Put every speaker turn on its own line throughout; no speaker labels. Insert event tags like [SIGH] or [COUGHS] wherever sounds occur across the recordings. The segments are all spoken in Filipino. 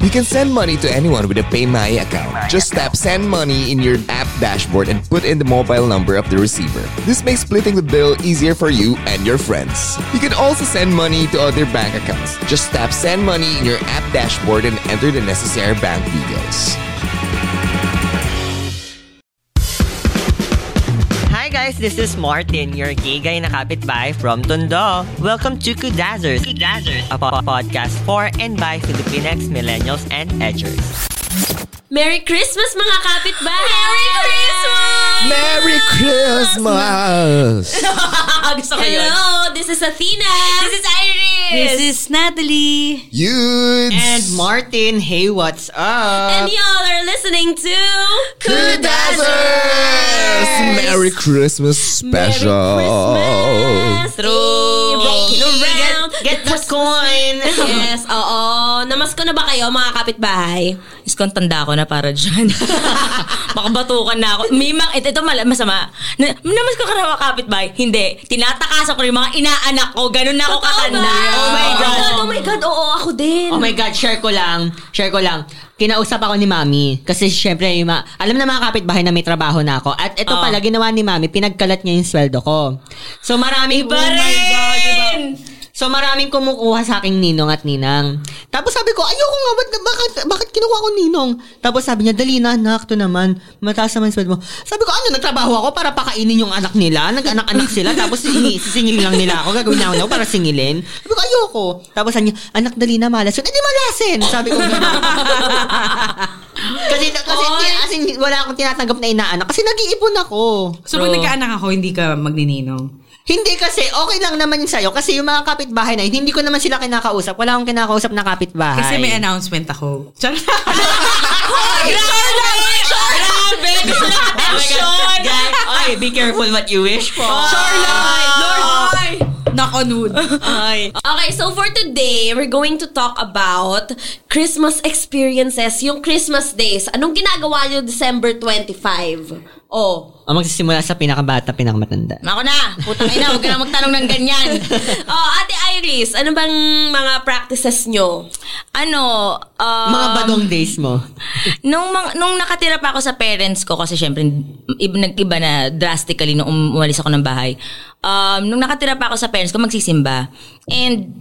You can send money to anyone with a PayMaya account. Just tap Send Money in your app dashboard and put in the mobile number of the receiver. This makes splitting the bill easier for you and your friends. You can also send money to other bank accounts. Just tap Send Money in your app dashboard and enter the necessary bank details.
Hi guys, this is Martin, your gay guy na kapitbahay from Tondo. Welcome to Kudazzers, Kudazzers, a po- podcast for and by Filipinx, millennials, and edgers.
Merry Christmas mga kapitbahay! Merry [LAUGHS] Christmas!
Merry Christmas!
Ah, Gusto ko yun. Hello, this is Athena. This is Iris. This is Natalie.
Youds!
And Martin, hey, what's up?
And y'all are listening to
Kudazzers! Merry Christmas special!
Through.
Get, get the coin!
Yes, oo. Namasko na ba kayo mga kapitbahay?
Diyos ko, ang tanda ko na para
[LAUGHS]
dyan. Baka batukan na ako. May mga, ito, ito mala, masama. Na, namas ko karawa kapit ba? Hindi. Tinatakasan ko yung mga inaanak ko. Ganun na ako
Totoo
katanda.
ba?
Oh my God.
Oh my God, oo, ako din.
Oh my God, share ko lang. Share ko lang. Kinausap ako ni Mami. Kasi syempre, yung ma- alam na mga kapitbahay na may trabaho na ako. At ito
Ah.
pala, ginawa ni Mami, pinagkalat niya yung sweldo ko. So oh marami,
Iba rin!
So maraming kumukuha sa aking ninong at ninang. Tapos sabi ko, ayoko nga, ba't, bakit, bakit kinuha ko ninong? Tapos sabi niya, dali na anak, to naman. Mataas naman yung sweldo mo. Sabi ko, ano, nagtrabaho ako para pakainin yung anak nila. Nag-anak-anak sila, tapos sini- sisingilin lang nila ako. Gagawin na ako para singilin. Sabi ko, ayoko. Tapos sabi niya, anak, dali na, malasin. Eh, di malasin! Sabi ko, [LAUGHS] kasi, kasi, as in, wala akong tinatanggap na inaanak. Kasi nag-iipon ako.
So, pag nagkaanak ako, hindi ka magnininong.
Hindi kasi, okay lang naman yun sa'yo. Kasi yung mga kapitbahay na yun, hindi ko naman sila kinakausap. Wala akong kinakausap na kapitbahay.
Kasi
[LAUGHS]
may announcement ako. Charot. [LAUGHS]
Grabe! Grabe! Ay, be careful what you wish for. Charlotte! Lord!
Knock on wood.
Ay.
Okay, so for today, we're going to talk about Christmas experiences, yung Christmas days. Anong ginagawa nyo December 25? Oh.
O magsisimula sa pinakabata, pinakamatanda.
Ako na. Putang ina, huwag ka na magtanong ng ganyan.
[LAUGHS] Oh, Ate Iris, ano bang mga practices nyo?
Ano, ah,
Mga badong days mo.
nung, mang- nung nakatira pa ako sa parents ko, kasi syempre, iba, nag-iba na drastically nung um- Ah, umalis ako ng bahay. Um, nung nakatira pa ako sa parents ko, magsisimba. And,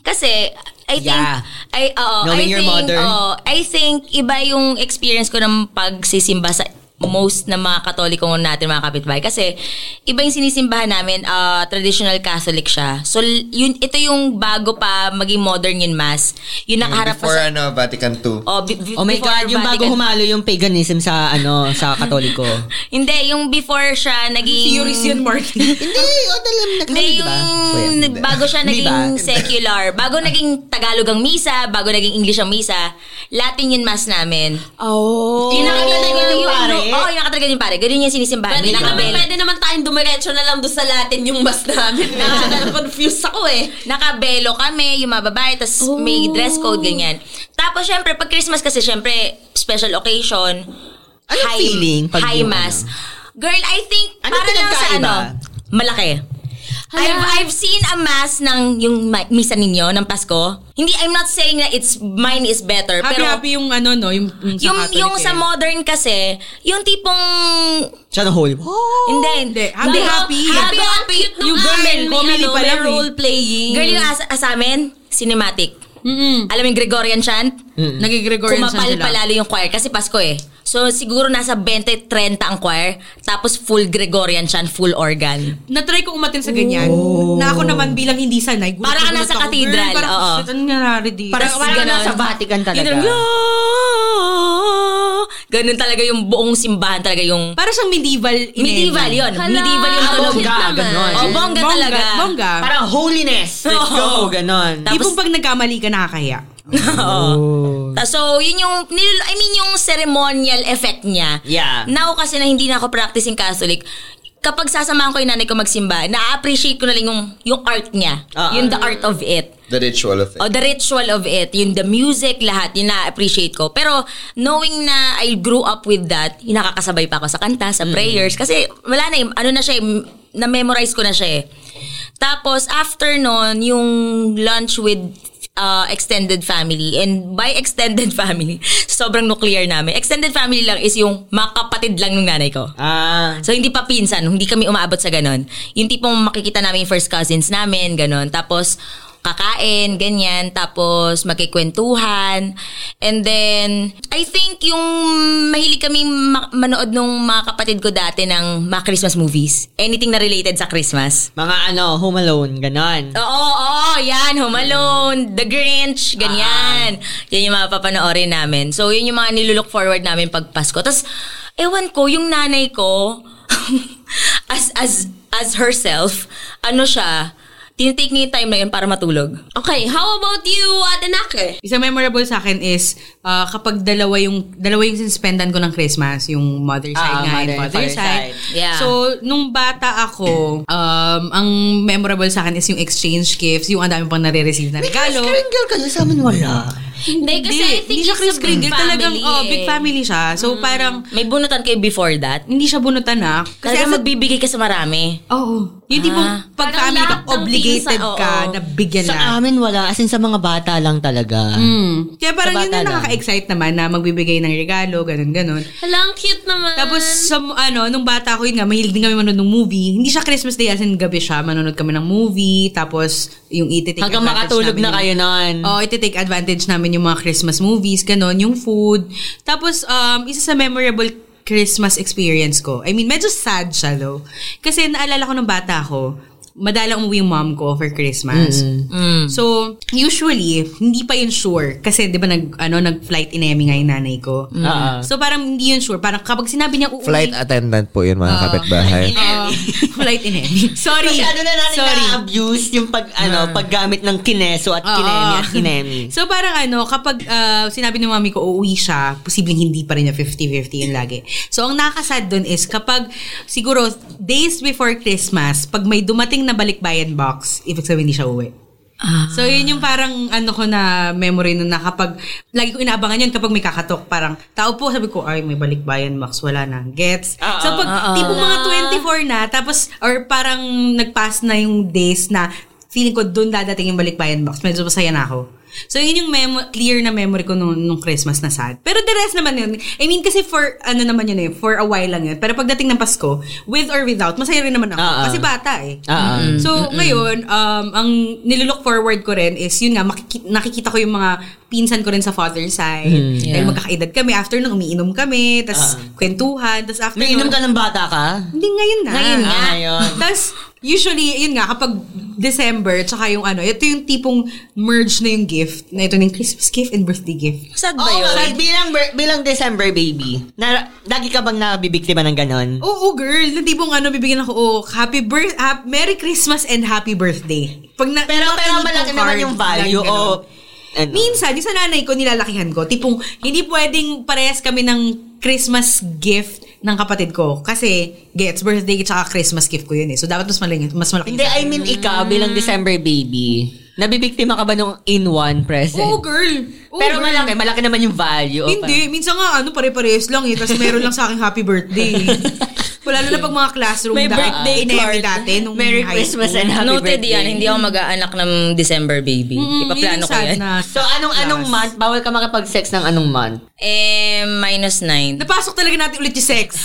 kasi, I think,
Yeah.
I, oo, I
Knowing your
think,
mother.
oo, I think, iba yung experience ko ng pagsisimba sa most na mga katoliko natin mga kapitbahay kasi iba yung sinisimbahan namin ah, traditional Catholic siya so l- yun ito yung bago pa maging modern yun mas yun nakaharap pa
Before
sa
ano, Vatican II.
Oh, be- be-
Oh my
before
God, yung bago
Vatican-
humalo yung paganism sa, ano, sa [LAUGHS] katoliko.
Hindi, yung before siya naging...
Theories yun,
[LAUGHS]
Martin.
hindi, oh, o dalam na
Hindi, yung
diba?
bago siya
Hindi
naging
ba?
secular. Bago naging Tagalog ang misa, bago naging English ang misa, Latin yun mas namin.
Oh.
Yung nakatalaga
yung pare?
Oo, oh, yung nakatalaga yung pare. Ganun yung sinisimbahan.
Pwede,
May
naman,
nakabell.
pwede naman tayong dumiretso na lang doon sa Latin yung mas
[LAUGHS]
namin. Medyo confused ako eh.
nakabelo kami, yung mga babae, tas may dress
Oh.
code, ganyan. Tapos, syempre, pag Christmas kasi, syempre, special occasion,
Anong
high,
Ano feeling pag
high
yung
mass. Girl, I think,
Ano
para lang sa
pinagkaiba?
ano, malaki. I've, I've seen a mass ng yung ma- misa ninyo ng Pasko. Hindi, I'm not saying na it's mine is better. pero
Happy-happy yung ano, no? Yung, yung sa
yung,
Catholic
yung sa
eh.
modern kasi, yung tipong...
Siya na whole. Oh,
Hindi,
hindi. Happy,
Bago-
happy.
Happy, happy.
You girl, comedy pa lang eh.
playing. ano, Girl, yung as, as amin, cinematic. Alam mo yung Gregorian chant?
Mm. Nagigregorian
Kumapal pa lalo yung choir kasi Pasko eh. So siguro nasa 20-30 ang choir tapos full Gregorian chant, full organ.
Na-try ko umatin sa ganyan. Na ako naman bilang hindi sanay.
Para
gulat-
ka Oh.
gulat
nasa
ako. Girl,
cathedral,
parang,
oo.
shit, Ano nangyari dito?
parang
Tas
parang
ganun.
nasa Vatican talaga.
Yun, Ganun talaga yung buong simbahan talaga yung... [LAUGHS]
Para siyang medieval. Ah, in
Medieval
heaven.
yun.
Hala,
medieval yung
ang
tunog.
bongga, ganon.
Oh, bongga,
Bongga,
talaga.
Bongga.
Parang holiness. [LAUGHS] Let's go.
Oo.
Ganon.
Tapos-
Tipong pag nagkamali ka, nakakahiya.
Oo. Ta- So, yun yung, nil- I mean, yung ceremonial effect niya.
Yeah.
Now, kasi na hindi na ako practicing Catholic, kapag sasamahan ko yung nanay ko magsimba, na-appreciate ko na lang yung, yung art niya.
Ah,
yung the art of it.
The ritual of it.
O Oh, the ritual of it. Yung the music, lahat. Yun na-appreciate ko. Pero, knowing na I grew up with that, yung nakakasabay pa ako sa kanta, sa prayers. Kasi, wala na eh. Ano na siya eh, m- na-memorize ko na siya eh. Tapos, after nun, yung lunch with uh, extended family. And by extended [LAUGHS] family, sobrang nuclear namin. Extended family lang is yung makapatid lang ng nanay ko.
Ah.
So hindi pa pinsan, hindi kami umaabot sa ganun. Yung tipong makikita namin yung first cousins namin, ganun. Tapos kakain, ganyan. Tapos magkikwentuhan. And then, I think yung mahilig kami ma- manood nung mga kapatid ko dati ng mga Christmas movies. Anything na related sa Christmas.
Mga ano, Home Alone. Ganon.
Oo, oo, yan, Home Alone, The Grinch, ganyan. Yan yung mga papanoorin namin. So, yun yung mga nilulook forward namin pag Pasko. Tapos, ewan ko, yung nanay ko, as, as, as herself, ano siya, tinitake niya yung time na yun para matulog.
Okay, how about you, Adenake?
Isang memorable sa akin is ah, kapag dalawa yung dalawa yung sinspendan ko ng Christmas, yung mother side
Ah,
nga
mother
and
and
father
father
side.
side.
Yeah.
So, nung bata ako, um, ang memorable sa akin is yung exchange gifts, yung ang dami pang nare-receive na regalo.
Kringle ka na sa amin wala.
Hindi, kasi I think
hindi siya Kris
big
Kringle. Talagang,
family
oh,
eh.
big family siya. So, parang,
May bunutan kayo before that?
hindi siya bunutan na.
Talaga
Kasi as a
magbibigay ka sa marami.
Oo. Yung tipong
Ah.
pag
Parang
family ka,
lahat ng
obligated
pinsa,
ka
oo.
na bigyan na.
Sa amin wala. As in sa mga bata lang talaga.
Mm. Kaya parang
Sa
yun
bata
na
lang.
nakaka-excite naman na magbibigay ng regalo, ganun, ganun.
Hala, ang cute naman.
Tapos,
Um,
sa, ano, nung bata ko, yun nga, mahilig din kami manood ng movie. Hindi siya Christmas Day, as in gabi siya. Manonood kami ng movie, tapos yung E iti-take
Hanggang
advantage
makatulog
namin
na
yung-
kayo nun.
Oo, Oh, iti-take advantage namin yung mga Christmas movies, ganun, yung food. Tapos, um, isa sa memorable Christmas experience ko. I mean, medyo sad siya, though. Kasi naalala ko nung bata ko, madalang umuwi yung mom ko for Christmas. So, usually, hindi pa yun sure. Kasi, di ba, nag, ano, nag-flight in Emi nga yung nanay ko.
Ah.
So, parang hindi yun sure. Parang kapag sinabi niya uuwi,
Flight attendant po yun, mga kapitbahay.
Oo. [LAUGHS] flight in
[LAUGHS]
Emi. Sorry.
Kasi ano na natin
Sorry.
na-abuse yung pag, ano, paggamit ng kineso at
Oo.
kinemi at [LAUGHS] kinemi.
So parang ano, kapag ah, sinabi ni mami ko uuwi siya, posibleng hindi pa rin niya 50-50 yun lagi. So ang nakakasad dun is kapag siguro days before Christmas, pag may dumating na balikbayan box, ibig sabihin hindi siya uuwi. So yun yung parang ano ko na memory nun na kapag lagi ko inaabangan yun kapag may kakatok parang tao po sabi ko ay may balikbayan Max wala na gets
Ah,
so pag tipong mga 24 na tapos or parang nagpass na yung days na feeling ko doon dadating yung balikbayan box medyo masaya na ako So yun yung memo- clear na memory ko nung, nung Christmas na sad. Pero the rest naman yun. I mean kasi for ano naman yun eh, for a while lang yun. Pero pagdating ng Pasko, with or without, masaya rin naman ako.
Ah, ah.
Kasi bata eh.
Ah, ah.
So, ngayon, um, ang nililook forward ko rin is, yun nga, makiki- nakikita ko yung mga pinsan ko rin sa father side. Dahil
Mm-hmm.
Yeah.
magkakaedad kami. After nung umiinom kami, tas kwentuhan, tas after
Nainom
nun-
Ah. ka ng bata ka?
Hindi, ngayon na.
Ngayon nga.
Ah, ngayon.
Tapos, usually, yun nga, kapag December, tsaka yung ano, ito yung tipong merge na yung gift, na ito na yung Christmas gift and birthday gift.
Sad ba
Oo,
yun?
kahit bilang, bilang December baby, na, lagi ka bang nabibiktima ng ganon?
Oo, girl. Yung tipong ano, bibigyan ako, oh, happy birth, hap- Merry Christmas and Happy Birthday. Pag na,
Pero,
nakita
pero
ko
malaki
card,
naman yung value
lagi ganun.
o... Ano?
Minsan, yung sa nanay ko, nilalakihan ko. Tipong, hindi pwedeng parehas kami ng Christmas gift ng kapatid ko. Kasi, gets birthday tsaka Christmas gift ko yun eh. So, dapat mas malaki. Mas malaki
Hindi, I mean ikaw bilang December baby, nabibiktima ka ba nung in-one present?
Oo, girl. Oo,
oh, Pero
Oh, girl.
malaki, malaki naman yung value. o
Hindi. Minsan nga, ano, pare-parehas lang eh. Tapos meron lang sa akin
[LAUGHS]
happy birthday. Wala na pag mga classroom
May
dati,
birthday
ineme
card.
dati nung
Merry
high
Christmas
school.
and happy
Noted
birthday.
yan, hindi ako mag-aanak ng December baby.
Mm, yun
Ipaplano
yung
ko
sad
yan.
na-
So anong anong month? Bawal ka makapag-sex ng anong month?
Eh, minus nine.
Napasok talaga natin ulit yung
[LAUGHS]
sex.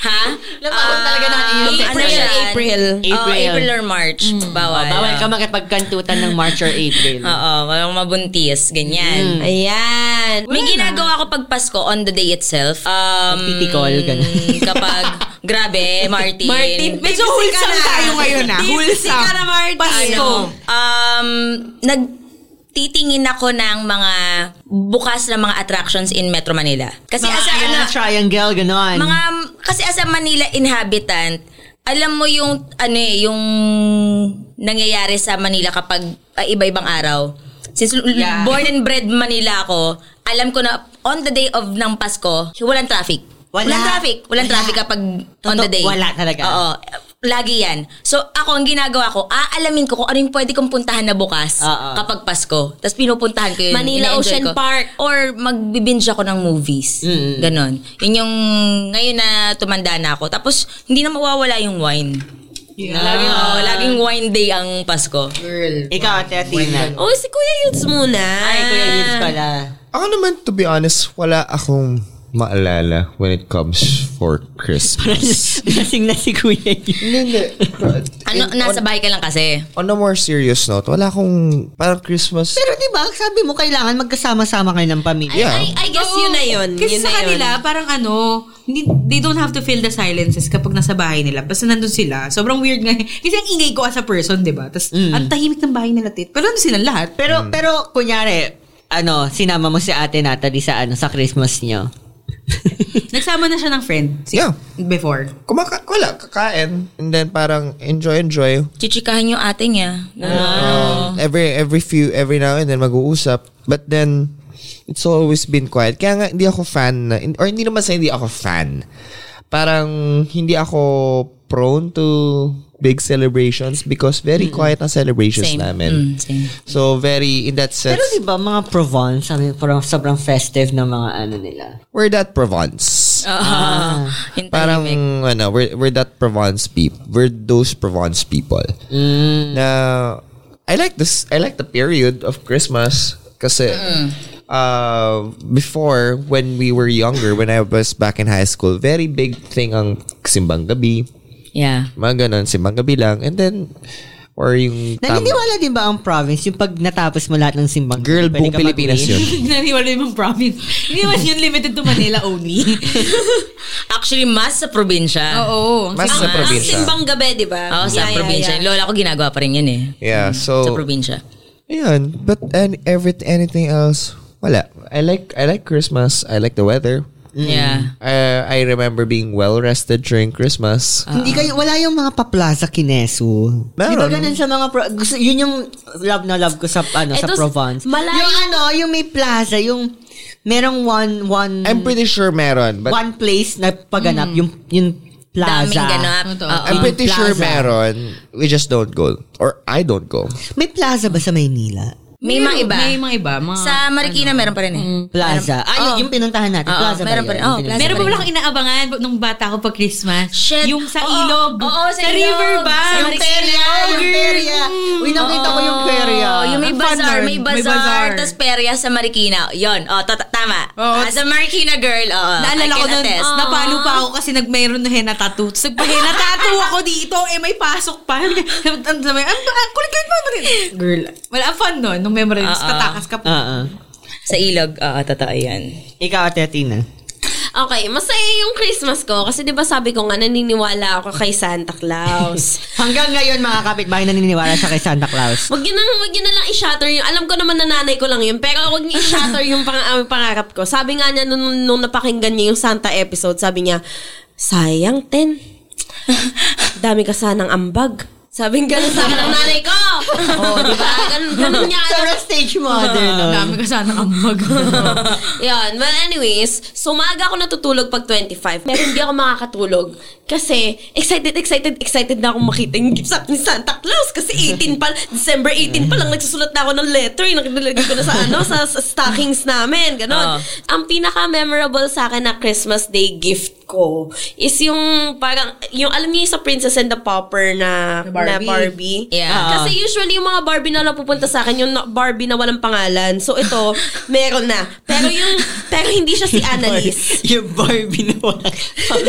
Ha?
Labanan talaga natin yung
Ah, Ano
April.
yun? April.
April.
Oh, April or March. Bawal.
Bawal ka makipagkantutan ng March or April.
Oo, walang mabuntis. Ganyan. Ayan. Mm. May ginagawa ko pag Pasko on the day itself. Um,
Nagtitikol, ganun. [LAUGHS]
Kapag, [LAUGHS] grabe, Martin.
Martin,
Medyo wholesome tayo ngayon ah.
Wholesome.
Ano?
Pasko.
Wholesome. Pasko.
Um, nag
titingin ako ng mga bukas na mga attractions in Metro Manila. Kasi
Mga
as a,
ayan,
ano,
triangle, ganon.
mga, kasi as a Manila inhabitant, alam mo yung, ano eh, yung nangyayari sa Manila kapag ah, iba-ibang araw. Since l-
Yeah.
[LAUGHS] born and bred Manila ako, alam ko na on the day of ng Pasko, walang traffic.
Wala.
Walang traffic. Walang
Wala.
traffic kapag on
Totoo,
the day.
wala talaga.
Oo. Lagi yan. So ako, ang ginagawa ko, aalamin ko kung ano yung pwede kong puntahan na bukas
Oo.
kapag Pasko. Tapos pinupuntahan ko yun.
Manila
Ine-enjoy
Ocean
ko.
Park.
Or magbibinge ako ng movies. Ganon. Yun yung ngayon na tumanda na ako. Tapos hindi na mawawala yung wine. Laging, oo,
Ah.
laging wine day ang Pasko.
Ikaw, Ate Athena.
Oh, si Kuya Yudes muna.
Ay, Kuya Yudes [LAUGHS] pala.
Ako naman, to be honest, wala akong maalala when it comes for
[LAUGHS]
Christmas.
Lasing na si Kuya Yudes.
Hindi, hindi.
Ano, nasa bahay ka lang kasi.
On a more serious note, wala akong parang Christmas.
Pero di ba, sabi mo kailangan magkasama-sama kayo ng pamilya.
yeah.
I, I guess
Oo.
yun na yun.
Kasi
yun na
sa
yun.
kanila, parang ano, hindi, they don't have to fill the silences kapag nasa bahay nila. Basta nandun sila. Sobrang weird nga. [LAUGHS] Kasi ang ingay ko as a person, di ba? Tapos, ang tahimik ng bahay nila, tit. Pero nandun sila lahat. Pero,
Hmm.
Pero, pero, kunyari, ano, sinama mo si Ate Natalie sa, ano, sa Christmas nyo.
nagsama na siya ng friend. si-
Yeah.
Before.
Kumaka, wala, kakain. And then parang enjoy, enjoy.
Chichikahan yung ate niya.
Ah.
Um, every every few every now and then mag-uusap. But then it's always been quiet. Kaya nga hindi ako fan na, or hindi naman sa hindi ako fan. Parang hindi ako prone to big celebrations because very quiet ang celebrations
Same. Mm,
namin.
same.
So very in that sense
Pero di ba, mga Provence, sabi, parang sobrang festive ng mga ano nila.
we're that Provence.
Ah. Yung
Parang
tahimik.
ano, we're, we're that Provence people. We're those Provence people.
Mm.
Na I like this I like the period of Christmas kasi
Mm.
uh, before when we were younger, when I was back in high school, very big thing ang simbang gabi.
Yeah.
Mga ganun, simbang gabi lang. And then or yung tam-
Naniniwala din ba ang province yung pag natapos mo lahat ng simbang?
girl
pwede
buong
ka mag-uwi?
Pilipinas
[LAUGHS]
yun.
Naniwala yung mga province. Hindi naman yun limited to Manila only.
Actually, mas sa probinsya.
Oo.
Mas
Ang- ang
sa
Ang
probinsya.
simbang gabi, di ba?
Oo, sa
Yeah, yeah,
probinsya.
yeah.
Lola ko ginagawa pa rin yun eh.
Yeah, so
Sa probinsya.
Ayan, but and every anything else, wala. I like I like Christmas. I like the weather.
Yeah.
Uh, I remember being well rested during Christmas.
Ah.
Ah.
Hindi kayo, wala yung mga paplaza kinesu. Di ba
Meron.
ganun sa mga, pro- gusto, yun yung love na love ko sa, ano, sa
Eto,
Provence.
malayo-
Yung ano, yung may plaza, yung merong one, one,
I'm pretty sure meron, but
one place na paganap, yung, yung
Mm.
plaza.
Daming ganap.
Totoo.
Oo.
I'm pretty
plaza.
sure meron. We just don't go, or I don't go.
May plaza ba sa Maynila?
May mga iba.
May mga iba. Mga,
Sa Marikina, meron pa rin eh.
Plaza. Ay,
Oo.
yung pinuntahan natin.
Oo,
plaza
meron pa
ba yun?
rin. Oo,
Yung
plaza
Meron
pinuntahan
pa lang inaabangan nung bata ko pag Christmas.
Shit.
Yung sa
Oo.
ilog.
Oo, sa ilog.
river ba?
Sa
Yung perya, Ah, yung perya. Uy, nakita ko yung perya.
Oo, oh, yung may
Ang fun
bazaar,
nun.
may
May
bazaar,
bazaar.
tas perya sa Marikina. Yon, oh, ta- ta- tama.
Oo.
As a Marikina girl, oo. I
Naalala ko
can
nun,
attest.
napalo
Ah.
pa ako kasi nagmayroon na henna tattoo. Tapos nagpa-henna tattoo ako dito, eh may pasok pa. [LAUGHS] Ang ang- sabi, ang ang kulit-kulit mo mo rin. Girl, wala, ang fun nun, nung memory. Tapos tatakas ka
yun.
pa.
Oo.
Sa ilog, oo, totoo yan.
Ah, Ikaw, Ate Athena.
Okay, masaya yung Christmas ko kasi 'di ba sabi ko nga naniniwala ako kay Santa Claus.
[LAUGHS] Hanggang ngayon, mga kapitbahay, naniniwala siya kay Santa
Ano?
Claus.
Wag yun na, wag yun na lang i-shatter yung, alam ko naman nananay ko lang yun, pero wag niya i-shatter yung pang, ang pangarap ko. Sabi nga niya nung, nung napakinggan niya yung Santa episode, sabi niya, sayang, ten. Dami ka sanang ambag. Sabi nga sa akin ng nanay ko. Oo, di ba? Ganun, ganun niya. alam.
Sarah stage mother, no?
Ang dami ka sana kang
[LAUGHS]
mag.
Yan. Well, anyways, sumaga ako natutulog pag 25. Pero hindi ako makakatulog. Kasi, excited, excited, excited na akong makita yung gift wrap ni Santa Claus. Kasi 18 pa, December 18 pa lang, nagsusulat na ako Oh, ng letter. Yung nakilalagay ko na sa, ano, sa, sa stockings namin. Ganon.
Ah.
Oo.
Ang pinaka-memorable sa akin na Christmas Day gift ko is yung parang, yung alam niyo yung sa Princess and the Pauper na,
Na Barbie.
na Barbie.
Yeah.
Ah.
Oo. Kasi usually yung mga Barbie na lang pupunta sa akin, yung na- Barbie na walang pangalan. So
[LAUGHS]
ito, meron na. Pero yung pero hindi siya si Annalise.
Yung Barbie na walang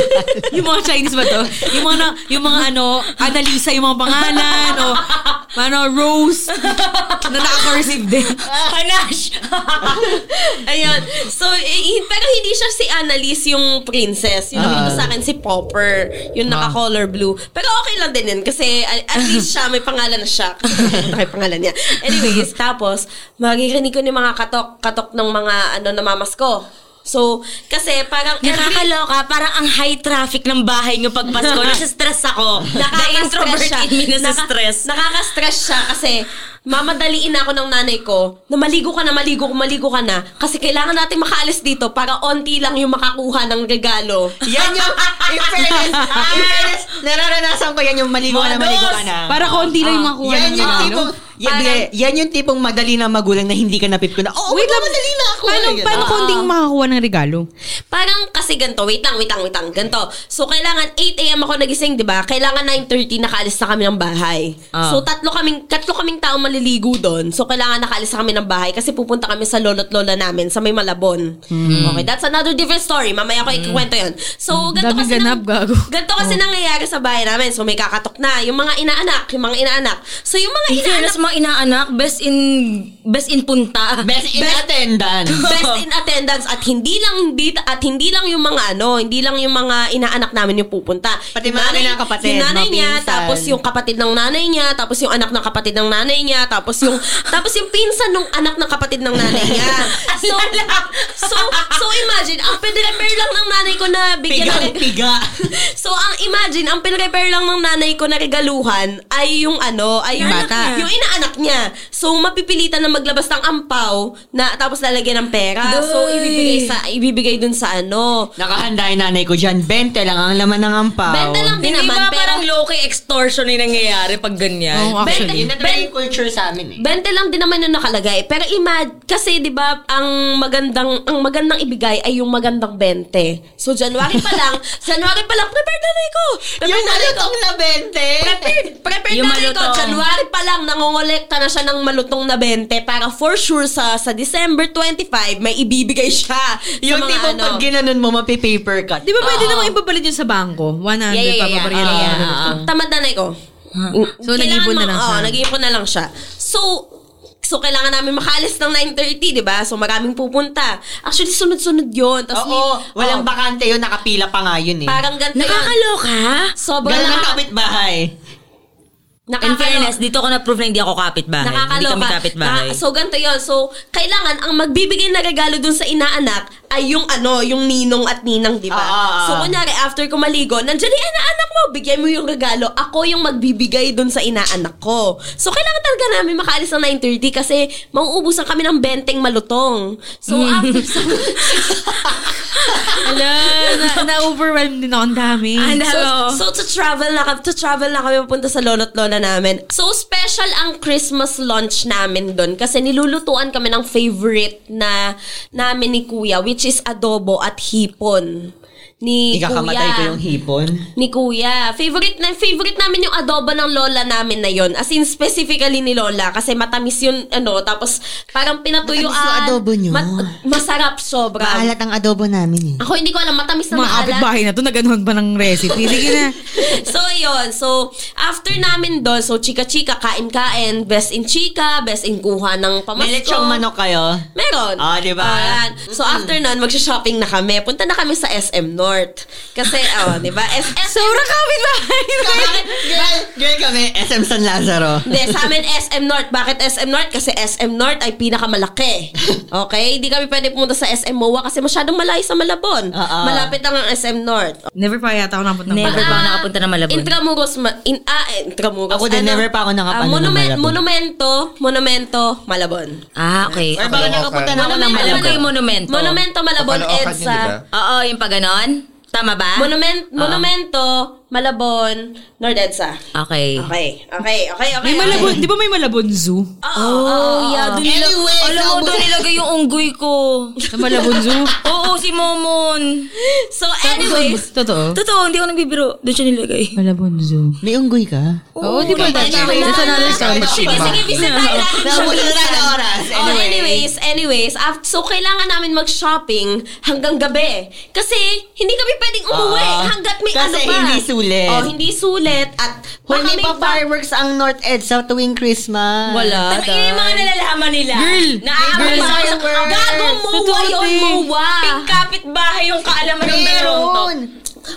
[LAUGHS]
yung mga Chinese ba to? Yung mga, na- yung mga ano, Annalisa yung mga pangalan, o Paano rose? na naka-cursive din.
Panache! Ayun. So, eh, eh, pero hindi siya si Annalise yung princess. Yung nakita sa akin si Popper. Yung naka-color blue. Pero okay lang din yun kasi a- at least siya, may pangalan na siya. Kasi may pangalan niya. Anyways, tapos, maririnig ko ni mga katok-katok ng mga ano namamas ko. So, kasi parang every-
[LAUGHS] Nakakaloka, parang ang high traffic ng bahay nyo pag
[LAUGHS]
Pasko. Nasa-stress ako. The introvert
Nakaka-stress siya.
in me nasa-stress.
Naka- Nakaka-stress siya kasi mamadaliin ako ng nanay ko na maligo ka na, maligo ka, maligo ka na. Kasi kailangan natin makaalis dito para onti lang yung makakuha ng regalo.
Yan yung,
[LAUGHS]
in fairness, in fairness, nararanasan ko yan yung maligo ka na maligo ka na. Ah,
Para konti lang yung makuha
yan
ng ano?
yung
regalo.
tipong, yan,
Parang-
yan yung tipong madali na magulang na hindi ka napip ko na, Ah. oo, wait lang, madali na ako.
Paano,
Ganyan.
paano konting makakuha ng regalo?
Parang kasi ganito, wait lang, wait lang, wait lang, ganito. So, kailangan 8 a.m. ako nagising, di ba? Kailangan 9.30 nakaalis na kami ng bahay. So, tatlo kaming, tatlo kaming tao maliligo doon. So, kailangan nakaalis na kami ng bahay kasi pupunta kami sa lolo't lola namin sa may Malabon. Okay, that's another different story. Mamaya ko ikikwento yun. So, ganito
Daming
kasi,
ganap, gago.
ganito kasi nangyayari sa bahay namin. So, may kakatok na. Yung mga inaanak, yung mga inaanak. So, yung mga
In
inaanak,
fairness, mga inaanak, best in best in punta.
Best in
[LAUGHS]
attendance.
[LAUGHS] best in attendance at hindi lang hindi at hindi lang yung mga ano, hindi lang yung mga inaanak namin yung pupunta.
Pati
Yung
mga
nanay-
kanilang kapatid,
Yung nanay
mga
niya,
pinsan.
tapos yung kapatid ng nanay niya, tapos yung anak ng kapatid ng nanay niya, tapos yung tapos yung pinsan ng anak ng kapatid ng nanay
[LAUGHS]
niya. so, so so imagine, ang pinrepair lang ng nanay ko na bigyan ng
piga.
So, ang imagine, ang pinrepair lang ng nanay ko na regaluhan ay yung ano, ay yung
Bata.
Yung inaanak niya. So, mapipilitan na maglabas ng ampaw na tapos lalagyan ng pera. Ah, So, ibibigay sa ibibigay dun sa ano.
[LAUGHS] Nakahanda yung nanay ko dyan. 20 lang ang laman ng ampaw.
Benta lang din
Hindi ba
naman. pero-
parang low-key extortion yung nangyayari pag ganyan?
Oo, actually.
Yun na talaga yung culture sa amin eh.
20 lang din naman yung nakalagay. Pero imad, kasi 'di ba, ang magandang ang magandang ibigay ay yung magandang 20. So January pa
[LAUGHS]
lang, January pa lang prepared na ko. Prepared
Yung
nanay ko.
malutong na 20.
Prepared, prepared
Yung
na rin ko.
malutong.
January pa lang, nangongolekta na siya ng malutong na 20 para for sure sa sa December 25, may ibibigay siya
Yung
sa mga
tipong
ano.
pag ginanon mo, mapipaper cut.
Di ba pwede naman ipapalit yun sa bangko? 100
yeah, yeah, yeah, yeah.
papapalit.
yeah, yeah,
Ah, ah, ah.
Tamad na nanay ko.
So, nag-ipon na lang
siya.
siya.
Oo, nag-ipon ah, na lang siya. So, So, kailangan namin makaalis ng 9.30, di ba? So, maraming pupunta. Actually, sunod-sunod yun. Tapos
Oo,
may- oo,
walang
Oh.
bakante yun, nakapila pa nga yun eh.
Parang ganito yun.
Nakakaloka?
Sobrang
Ganun ang
nakaka-
kapitbahay.
In
nakakaloka.
fairness, dito ko na-prove na hindi ako kapitbahay. Hindi kami
Nakakaloka.
kapitbahay.
Nakaka- so, ganito yun. So, kailangan ang magbibigay na regalo dun sa inaanak ay yung ano, yung ninong at ninang, di ba?
Ah, ah, ah.
So, kunyari, after ko maligo, nandiyan yung inaanak mo, bigyan mo yung regalo, ako yung magbibigay dun sa inaanak ko. So, kailangan talaga namin makaalis ng 9.30 kasi mauubusan kami ng benteng malutong. So, after, so,
Ala, na- na-overwhelm din ako. Ang dami.
So, so to travel na kami, to travel na kami papunta sa lolo't lola namin. So special ang Christmas lunch namin doon kasi nilulutuan kami ng favorite na namin ni Kuya which is adobo at hipon. Ni
Ikakamatay
Kuya
ko yung hipon.
ni Kuya. Favorite na favorite namin yung adobo ng lola namin na yon. As in specifically ni lola kasi matamis yun ano tapos parang pinatuyuan.
Matamis yung adobo niyo.
masarap sobra.
ang adobo namin eh.
Ako hindi ko alam matamis na
Hmm, mga
maalat.
kapitbahay na to, nag-anuhan pa ng recipe. Sige na.
so, yun. So, after namin doon, so, chika-chika, kain-kain, best in chika, best in kuha ng pamasko.
May lechong manok kayo.
Meron.
Ah, di ba?
Ayan. So, after nun, magsha-shopping na kami. Punta na kami sa SM North. Kasi, [LAUGHS] oh, di ba? S- SM Sobrang kapit ba?
Girl, girl kami, SM San Lazaro.
Hindi, sa amin SM North. Bakit SM North? Kasi SM North ay pinakamalaki. Okay? Hindi kami pwede pumunta sa SM MOA kasi masyadong malayo sa Malabon.
Oo.
Malapit lang ang SM North.
Never pa yata ako napunta ng
Never
bangko.
pa ako nakapunta ng Malabon.
Intramuros, ma- in, ah, Intramuros.
Ako din, never pa ako nakapunta ng
Ah, monumen-
Malabon.
Monumento, Monumento, Malabon.
ah, okay.
Or baka nakapunta na ako ng
Alam
Malabon.
ko yung monumento.
Monumento, Malabon,
Kapalaokan yun,
EDSA.
di ba?
Oo, yung pag ganon. Tama ba?
Monument, Monumento, Malabon, North EDSA.
Okay.
Ah, Okay, okay, okay, okay. okay. Ah.
May malabon, di ba may malabon zoo?
Oo, oh, yeah, dun nila-
Anyway,
Alam mo, doon
[LAUGHS]
nilagay yung unggoy ko.
Oh.
Sa Malabunzo.
Oo, si Momon.
So anyways,
Totoo?
Totoo, hindi ako nagbibiro. Doon siya nilagay.
Malabunzo.
May unggoy ka?
Oo, di ba? That's another story.
Sige, sige, bisita tayo
[LAUGHS]
natin siya
Naabot na
minsan.
na oras.
Oh, anyways, anyways, af- so kailangan namin mag-shopping hanggang gabi. Kasi hindi kami pwedeng umuwi
Oo.
hanggat may
Ah, Kasi
ano pa.
hindi sulit.
Oh, hindi sulit. At
Hoy,
baka
may
pa-
pa-fireworks ang North Edge sa tuwing Christmas.
Wala.
Tama, yun yung mga nalalaman nila.
Girl,
Naaamoy
Girl,
sa ako sa
girl.
Gago, mowa
Totoo,
yun,
te.
mowa. Pingkapit bahay yung kaalaman ng dalawang to.
Meron!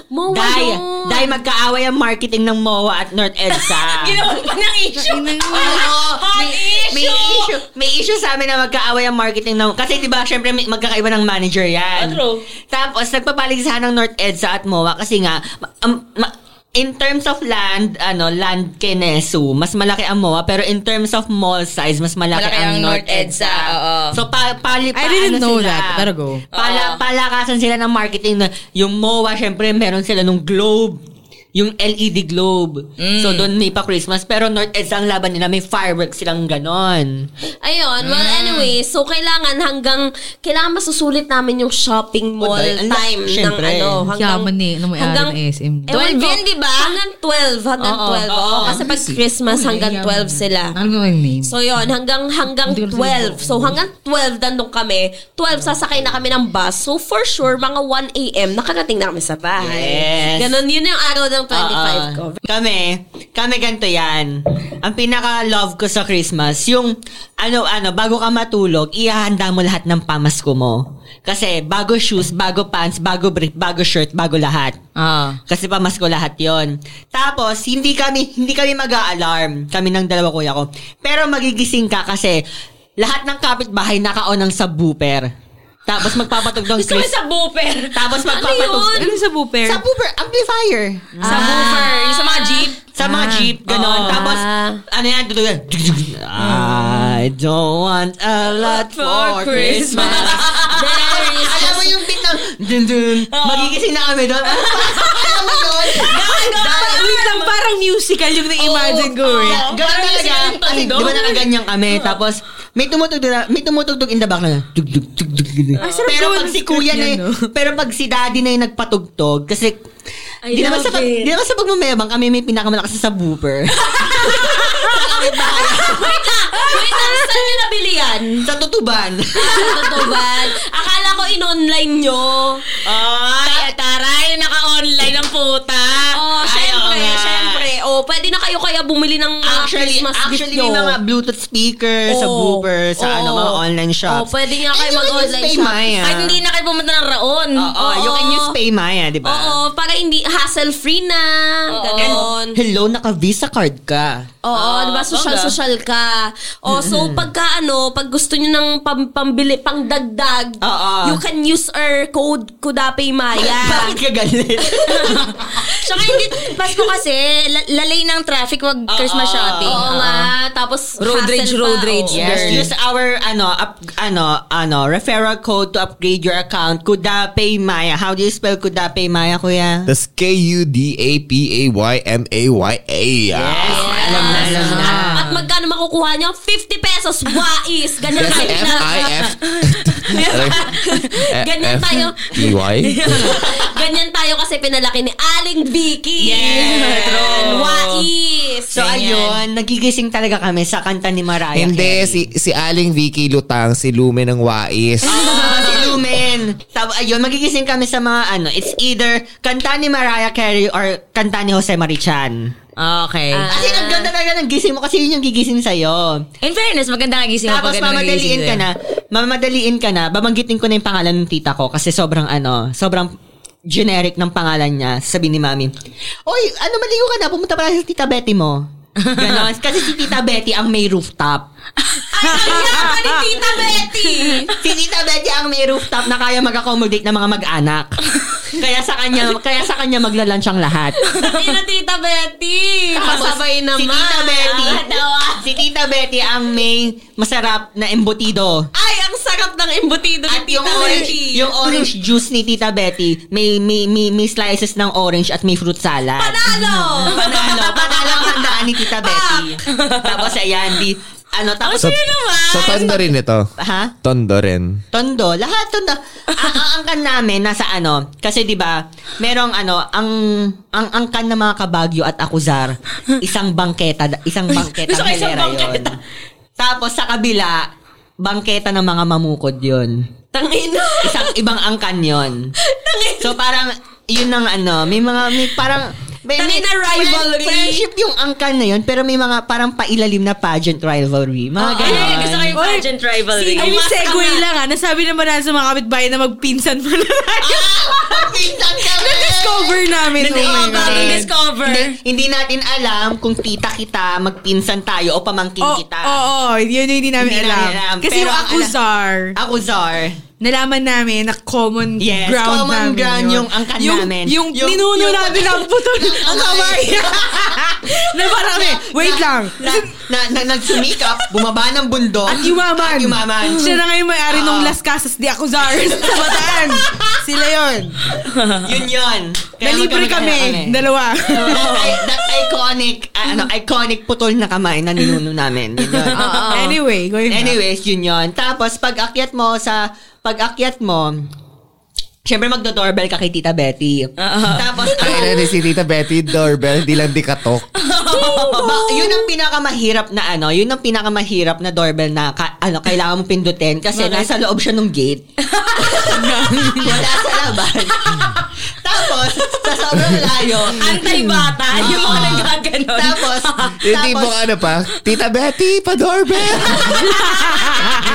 Mowa
Dahil,
yun.
dahil magkaaway ang marketing ng MOA at North
[LAUGHS]
EDSA.
Ginawan pa ng issue. [LAUGHS] Hot issue.
May issue. May issue sa amin na magkaaway ang marketing ng... Kasi di ba, syempre may- magkakaiba ng manager
Oh,
yan.
true.
Tapos, nagpapaligsahan ng North EDSA at MOA kasi nga, ma- um, ma- in terms of land, ano, land Kenesu, mas malaki ang MOA, pero in terms of mall size, mas malaki,
Malaki ang North EDSA, oo.
So, pa, pali, pa,
I
ano
didn't know
sila,
that, pero go.
Oo.
Pala, palakasan sila ng marketing na yung MOA, syempre, meron sila nung globe yung LED globe.
Mm.
So, doon may pa-Christmas. Pero North EDSA ang laban nila, may fireworks silang ganon.
Ayun, well
Hmm.
anyway, so kailangan hanggang, kailangan masusulit namin yung
Oh,
shopping mall
dahil ang
time
laki,
ng
syempre.
ano.
Yaman eh, nung may araw ng SM.
ewan
12
ko,
yan, di ba?
Hanggang 12, hanggang
Oo,
12. Oo, kasi pag Christmas, hanggang 12 sila.
Ano ba yung name?
So yon hanggang hanggang
Hindi ko
12.
alam
So hanggang 12 dandong kami. 12 sasakay na kami ng bus. So for sure mga 1 AM nakarating na kami sa bahay.
Yes.
Ganon yun yung araw ng 25 ko.
Oo. Ah, Kami, kami ganito yan. Ang pinaka-love ko sa Christmas, yung ano-ano, bago ka matulog, ihahanda mo lahat ng pamasko mo. Kasi bago shoes, bago pants, bago brief, bago shirt, bago lahat.
Ah.
Kasi pamasko lahat yon. Tapos, hindi kami, hindi kami mag-a-alarm. Kami ng dalawa kuya ko. Pero magigising ka kasi lahat ng kapitbahay naka-on ng sa booper. Tapos magpapatog ng
Gusto mo
Christmas.
sa booper.
Tapos magpapatog.
Ano sa booper?
Sa booper, amplifier.
Sa
Ah.
booper. Yung sa mga jeep.
Sa mga jeep, gano'n. Tapos, ano yan, tutuloy yan. Ah. I don't want a lot for Christmas. Alam mo yung beat ng dun dun. Magigising na kami doon. [LAUGHS] Alam mo yun?
Parang, wait lang, parang musical yung na-imagine ko eh.
Gano'n talaga. Kasi di ba nakaganyan kami. Tapos, may tumutugtog na, may tumutugtog in the back na. Tug, tug, tug, tug, tug.
sarap
Pero
gawa
pag
ng
si
script
kuya na, eh,
niya,
[LAUGHS]
no?
pero pag si daddy na yung nagpatugtog, kasi
I
di naman, sa
love
pag,
it.
di naman sa pagmamayabang, kami may pinakamalakas na sa booper.
Wait lang! Wait lang! Saan nyo nabili yan?
[LAUGHS] sa tutuban.
Tutuban. Akala ko in-online nyo.
Ay, taray, naka-online ang puta.
Oh,
Ay,
syempre,
oo nga.
syempre. Oh, pwede na kayo kaya bumili ng mga
Actually,
Christmas
actually
gift nyo.
may mga Bluetooth speaker sa
Oo.
Booper, sa ano,
Oo.
mga online shops.
Oh, pwede nga kayo
And you can
mag-online
use
shop.
Paymaya.
Kahit hindi na kayo pumunta ng Raon.
Oo,
Oh,
you can use Paymaya, di ba?
Oo, para hindi hassle-free na. Ganon.
Hello, naka-Visa card ka.
Oo,
Ah,
di ba? Social-social ka. O, so pagka ano, pag gusto nyo ng pam pambili, pangdagdag,
Oo.
you can use our code
[LAUGHS]
Kudapay Maya.
Bakit ka
[LAUGHS]
galit?
Tsaka hindi, Pasko kasi, la- lalay ng traffic wag Christmas shopping.
Oo nga, tapos
Road rage,
hassle pa.
road rage.
Oo.
yes, use our, ano, up, ano, ano, referral code to upgrade your account. Kuda Paymaya. How do you spell Kuda Paymaya, kuya?
That's K-U-D-A-P-A-Y-M-A-Y-A.
Alam na, alam na.
At magkano makukuha nyo? 50 pesos. Wais! Ganyan
That's
tayo.
eh,
F-I-F.
Ganyan tayo. [LAUGHS]
F-E-Y.
Ganyan tayo kasi pinalaki ni Aling Vicky.
Yeah, true.
Wais!
So, ayun, nagigising talaga kami sa kanta ni Mariah
Hindi,
Carey.
si, si Aling Vicky Lutang, si Lumen ng Wais.
si Lumen. Tapos ayun, magigising kami sa mga ano, it's either kanta ni Mariah Carey or kanta ni Jose Marichan.
Okay.
As in, ang ganda talaga ng gising mo kasi yun yung gigising sa'yo.
In fairness, maganda nga gising mo
Tapos
ganun nagigising
mamadaliin ka na, mamadaliin ka na, babanggitin ko na yung pangalan ng tita ko kasi sobrang ano, sobrang generic ng pangalan niya. Sabi ni mami, Oy, ano maligo ka na, pumunta pala sa tita Betty mo. Ganon.
[LAUGHS]
Kasi si tita Betty ang may rooftop.
Kaya ni Tita Betty!
si Tita Betty ang may rooftop na kaya mag-accommodate ng mga mag-anak. kaya sa kanya, kaya sa kanya magla-lunch ang lahat.
Hindi na Tita Betty! Pasabay naman. Ah,
si Tita Betty,
Ang hatawa.
si Tita Betty ang may masarap na embutido.
Ay, ang sarap ng embutido ni
At yung
Tita
orange,
Betty.
yung orange juice ni Tita Betty, may, may, may, may slices ng orange at may fruit salad.
Panalo! [LAUGHS]
Panalo. Panalo ang handaan ni Tita Betty. Tapos ayan, di, ano, tapos,
Sa, sa tondo rin ito.
ha?
Tondo rin.
Tondo, lahat tondo. Ang ang angkan namin nasa ano, kasi 'di ba, merong ano, ang ang angkan ng mga kabagyo at akuzar, isang bangketa, isang bangketa
gusto ko isang
helera 'yon.
bangketa.
Tapos sa kabila, bangketa ng mga mamukod 'yon.
Tangina.
Isang ibang angkan 'yon. So parang 'yun ang ano, may mga may parang may, may-
Tangina rivalry.
Friendship yung angkan na 'yon, pero may mga parang pailalim na pageant rivalry. Mga
Ah, Ay,
ganun.
gusto
[LAUGHS]
ko yung pageant rivalry.
Ay,
Mas-
segue lang ha. Nasabi naman natin sa mga kapitbahay na magpinsan pa na tayo. [LAUGHS]
Pinsan ka rin!
Discover namin. Oh my
Oh, Ah! bagong
God.
discover. [LAUGHS]
Hindi, hindi natin alam kung tita kita, magpinsan tayo o pamangkin
Oo,
kita.
Oh, oo, yun yung hindi namin
Hindi
alam.
namin alam.
Kasi
Pero ang
yung
alam-
Akuzar,
Ako, Czar.
nalaman namin na common
Yes,
ground
common
namin
ground
yun.
yung angkan namin.
Yung,
Yung-
ninuno
yung-
namin ang puto ng
[LAUGHS] Ang kamay.
[LAUGHS] na parang kami, wait lang.
Na, na, na, nagsumikap, bumaba ng bundok.
At yumaman.
At yumaman.
Siya na ngayon may-ari nung
Oo.
Las Casas de
[LAUGHS]
Akuzar sa Bataan. Sila yun.
Yun yun. Kaya
Nalibre
magkamag-anak
kami, dalawa.
That, eh. i- that iconic, ah, ano, iconic putol na kamay na ninuno namin. Yun
[LAUGHS]
yun.
Anyway, going back.
Anyways, yun yun. Tapos, pag akyat mo sa, pag akyat mo, Siyempre magdo-doorbell ka kay Tita Betty. Tapos, ang-
Ay, na si Tita Betty, doorbell, di lang di katok.
Ba- yun ang pinakamahirap na ano, yun ang pinakamahirap na doorbell na ka- ano, kailangan mong pindutin kasi nasa loob siya ng gate. Wala sa labas. Tapos, sa sobrang layo,
Anti-bata. Yung mga nagkaganon.
tapos,
Yung
tapos,
tipong ano pa, Tita Betty, pa
[LAUGHS]
doorbell.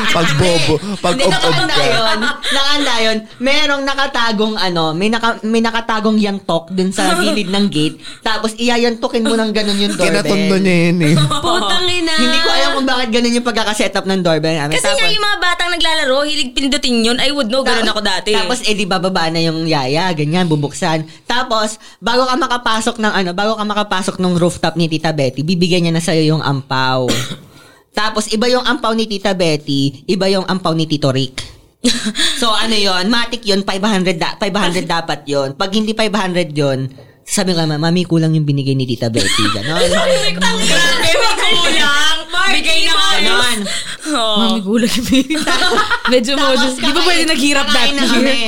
pag bobo, pag
hindi
ob-ob
nakanda
ka.
yun. Nakanda yun. Merong nakatagong ano, may, naka, may nakatagong yantok dun sa gilid ng gate. Tapos iyayantokin mo ng ganun yung doorbell.
Kinatundo niya yun eh.
Putang ina.
Hindi ko alam kung bakit ganun yung pagkakasetup ng doorbell namin.
Kasi nga yung mga batang naglalaro, hilig pindutin yun. I would know, ganun ako dati.
Tapos, eh, di bababa na yung yaya, ganyan, bubuksan. Tapos, bago ka makapasok ng ano, bago ka makapasok ng rooftop ni Tita Betty, bibigyan niya na sa'yo yung ampaw.
[COUGHS]
Tapos, iba yung ampaw ni Tita Betty, iba yung ampaw ni Tito
[LAUGHS]
Rick. so, ano yon Matik yon 500, da- 500 dapat yon Pag hindi 500 yon sabi ko, mami, kulang yung binigay ni Tita Betty. Ganon.
[LAUGHS]
Grabe, may kulang. Bigay na kayo.
Ganon.
Oh.
Mami gulag
[LAUGHS]
yung Medyo modus. Di ba
kakain-
pwede naghirap that
kakain na kami.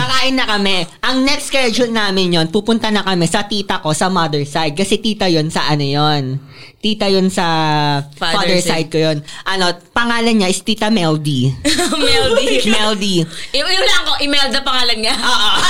kakain na kami. Ang next schedule namin yon pupunta na kami sa tita ko sa mother side. Kasi tita yon sa ano yon Tita yon sa
Father
father,
side.
side. ko yon Ano, pangalan niya is Tita Meldy.
[LAUGHS]
Meldy.
[LAUGHS] Meldy.
Yung, yung lang ko, Imelda pangalan niya. Ah,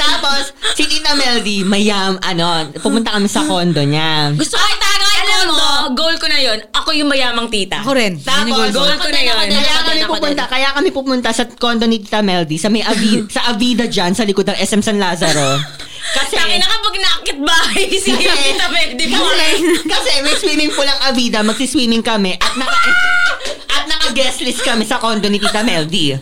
Tapos, si Tita Meldy, mayam, ano, pumunta kami sa condo niya.
Gusto ko itagay alam mo, goal ko na yun. Ako yung mayamang tita.
Ako rin. Yun yung
Tapos,
goal ko.
Goal ko na yun.
Kaya
Ako
kami
din, ako
pupunta,
din.
kaya kami pupunta sa condo ni Tita Meldy sa may Avi- sa Avida dyan, sa likod ng SM San Lazaro. Kasi,
Tangin na kapag nakakit bahay si Tita Meldy po.
Kasi may swimming pool ang Avida, magsiswimming kami at naka at naka-guest list kami sa condo ni Tita Meldy.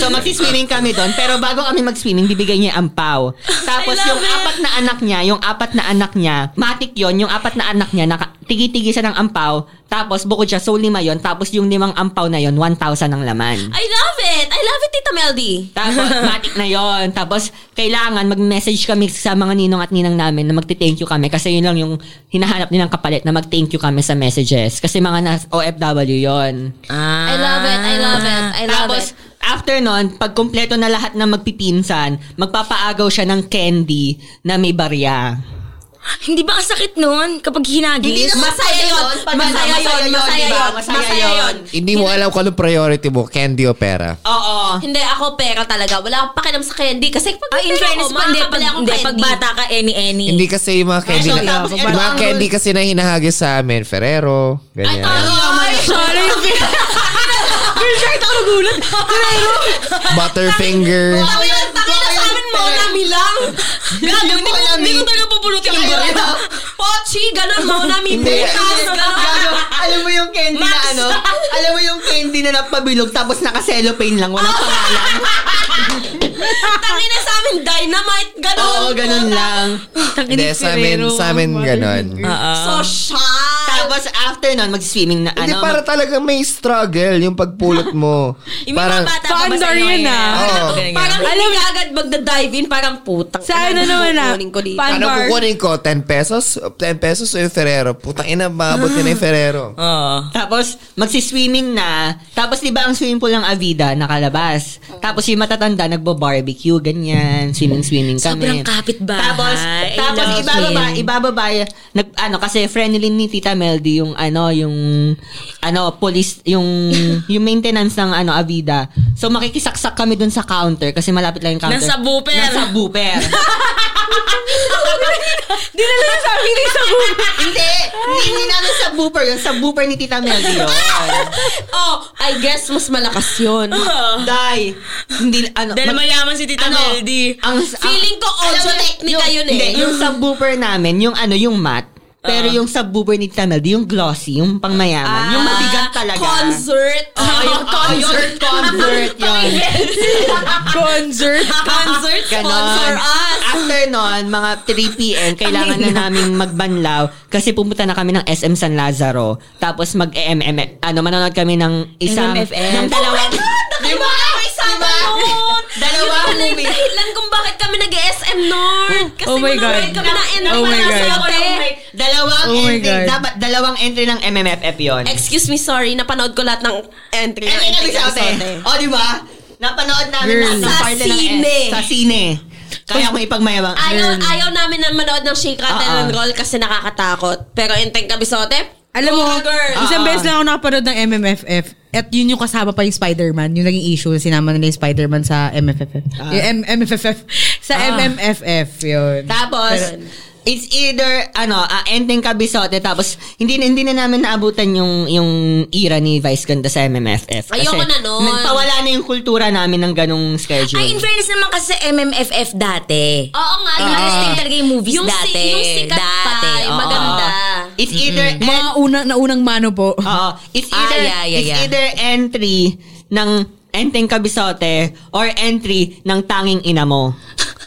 So magsiswimming kami doon, pero bago kami mag-swimming, bibigay niya ang pau. Tapos
I love
yung
it.
apat na anak niya, yung apat na anak niya, matik yon yung apat na anak niya, naka, tigi-tigi siya ng ampaw, tapos bukod siya, so lima yon tapos yung limang ampaw na yon 1,000 ang laman.
I love it. I love it, Tita Meldy. [LAUGHS]
Tapos, matik na yon Tapos, kailangan mag-message kami sa mga ninong at ninang namin na magte-thank you kami kasi yun lang yung hinahanap nilang kapalit na mag-thank you kami sa messages. Kasi mga nas OFW yon
I love it. I love it. I love it.
Tapos, after nun, pag kumpleto na lahat ng magpipinsan, magpapaagaw siya ng candy na may barya.
Hindi ba ang sakit nun kapag
Hindi
hinagis?
naman
Masaya yun.
Pag-
Masaya yun. Masaya
diba?
yun. Masaya yun.
Hindi mo alam kung anong priority mo, candy o pera.
Oo.
Hindi, ako pera talaga. Wala akong pakialam sa candy. Kasi pag
Ah, in fairness pa, hindi, pag, hindi, pag bata ka, any, any.
Hindi kasi yung mga candy,
so,
na,
tapos
yung
ito
mga
ang
candy
rule.
kasi na hinahagis sa amin, Ferrero, ganyan.
[LAUGHS]
Sorry.
Butterfinger.
yun, takin na sa amin mo, nami lang. Gago, hindi ko, hindi ko
eh.
talaga pupulutin yung baril. Pochi, ganun mo, nami
Hindi.
butas,
Gago,
ganun.
alam mo yung candy na
Max.
ano? Alam mo yung candy na napabilog tapos naka-cellophane lang, walang pangalan.
Tangin na sa amin, dynamite, ganun.
[LAUGHS] Oo, ganun lang. Ah,
Hindi, sa amin, sa amin ganon.
So, shy.
Tapos after nun, mag-swimming na
Hindi,
ano.
para talaga may struggle yung pagpulot
[LAUGHS]
mo.
Yung mga
parang,
bata
Sa
pa basta
under
yung
yun,
ngayon.
ah.
Ganito,
Oo.
ganyan,
Parang
ganyan.
hindi ka agad magda-dive in, parang putang.
Sa ano naman ah,
kukunin ko dito.
pan-
ano
bar.
kukunin ko? 10 pesos? 10 pesos o yung Ferrero? Putang ina, maabot yun na yung Ferrero.
[LAUGHS] Ah.
Oo.
Tapos, magsiswimming na. Tapos, di ba ang swimming pool ng Avida, nakalabas. Tapos, yung matatanda, nagbo-barbecue, ganyan. Swimming-swimming
Sobrang
kami.
kapitbahay.
Tapos,
I
tapos
love
ibababa,
him.
ibababa, nag, ano, kasi friendly ni Tita Meldy yung, ano, yung, ano, police,
[LAUGHS]
yung, yung maintenance ng, ano, Avida. So, makikisaksak kami dun sa counter kasi malapit lang yung counter.
Nasa buper.
Nasa
[LAUGHS]
buper.
Di na lang sabi ni sa buhay.
hindi, hindi, hindi namin sa buper yun. Sa buper ni Tita Meldy
[LAUGHS]
yun.
oh, Ah! I guess mas malakas yun.
Dai. Hindi, ano.
Dahil mayaman si Tita Meldy.
Ang,
Ano? Feeling ko audio technica yun eh.
Hindi, yung subwoofer namin, yung ano, yung mat. Pero
Ah.
yung subwoofer ni Tita Meldy, yung glossy, yung pangmayaman. yung mabigat talaga.
Concert.
Oo,
[LAUGHS]
yung concert, concert, yun.
Concert.
Concert, sponsor
Ganon.
us.
After nun, mga 3 p.m., kailangan na namin magbanlaw kasi pumunta na kami ng SM San Lazaro. Tapos mag-MMF, ano, manonood kami ng isang...
MMFF.
Ng
Oh
dalawang...
Di ba? May sama
[LAUGHS]
noon.
Dalawa
Yun pala yung
movie.
dahilan kung bakit kami nag-SM North. Kasi
Oh my God.
manonood kami na end
Oh my God.
Dalawang
Oh my
entry.
God.
Dapat dalawang entry ng MMFF yun.
Excuse me, sorry. Napanood ko lahat ng entry. ng
Ano yung
entry
nagsabi?
episode.
O, di ba? Napanood namin
Girl.
lahat ng
Sa
parte ng
sine.
S. Sa sine. Kaya ko ipagmayabang.
Ayaw, ayaw namin na manood ng Shake, Rattle,
Ah, ah.
Uh-uh.
and Roll kasi nakakatakot. Pero Enteng Kabisote,
Alam mo,
Girl.
Ah.
Uh-uh.
isang beses lang ako nakapanood ng MMFF. At yun yung kasama pa yung Spider-Man. Yung naging issue. Sinama nila yung Spider-Man sa MFFF.
Ah.
Yung M- MFFF. [LAUGHS] Sa MMFF. Yun.
Tapos, it's either, ano, uh, ending kabisote, tapos, hindi, na- hindi na namin naabutan yung, yung era ni Vice Ganda sa MMFF. Kasi,
Ayoko na nun.
Nagpawala na yung kultura namin ng ganong schedule.
Ay, in fairness naman kasi sa MMFF dati.
Oo nga.
Ang interesting talaga yung movies
Yung si-
dati.
yung sikat pa,
dati.
yung
oo.
maganda.
It's either
Mga una, naunang mano po.
Oo. It's
Ah,
either,
yeah, yeah,
it's
yeah.
either entry ng enteng kabisote or entry ng tanging ina mo.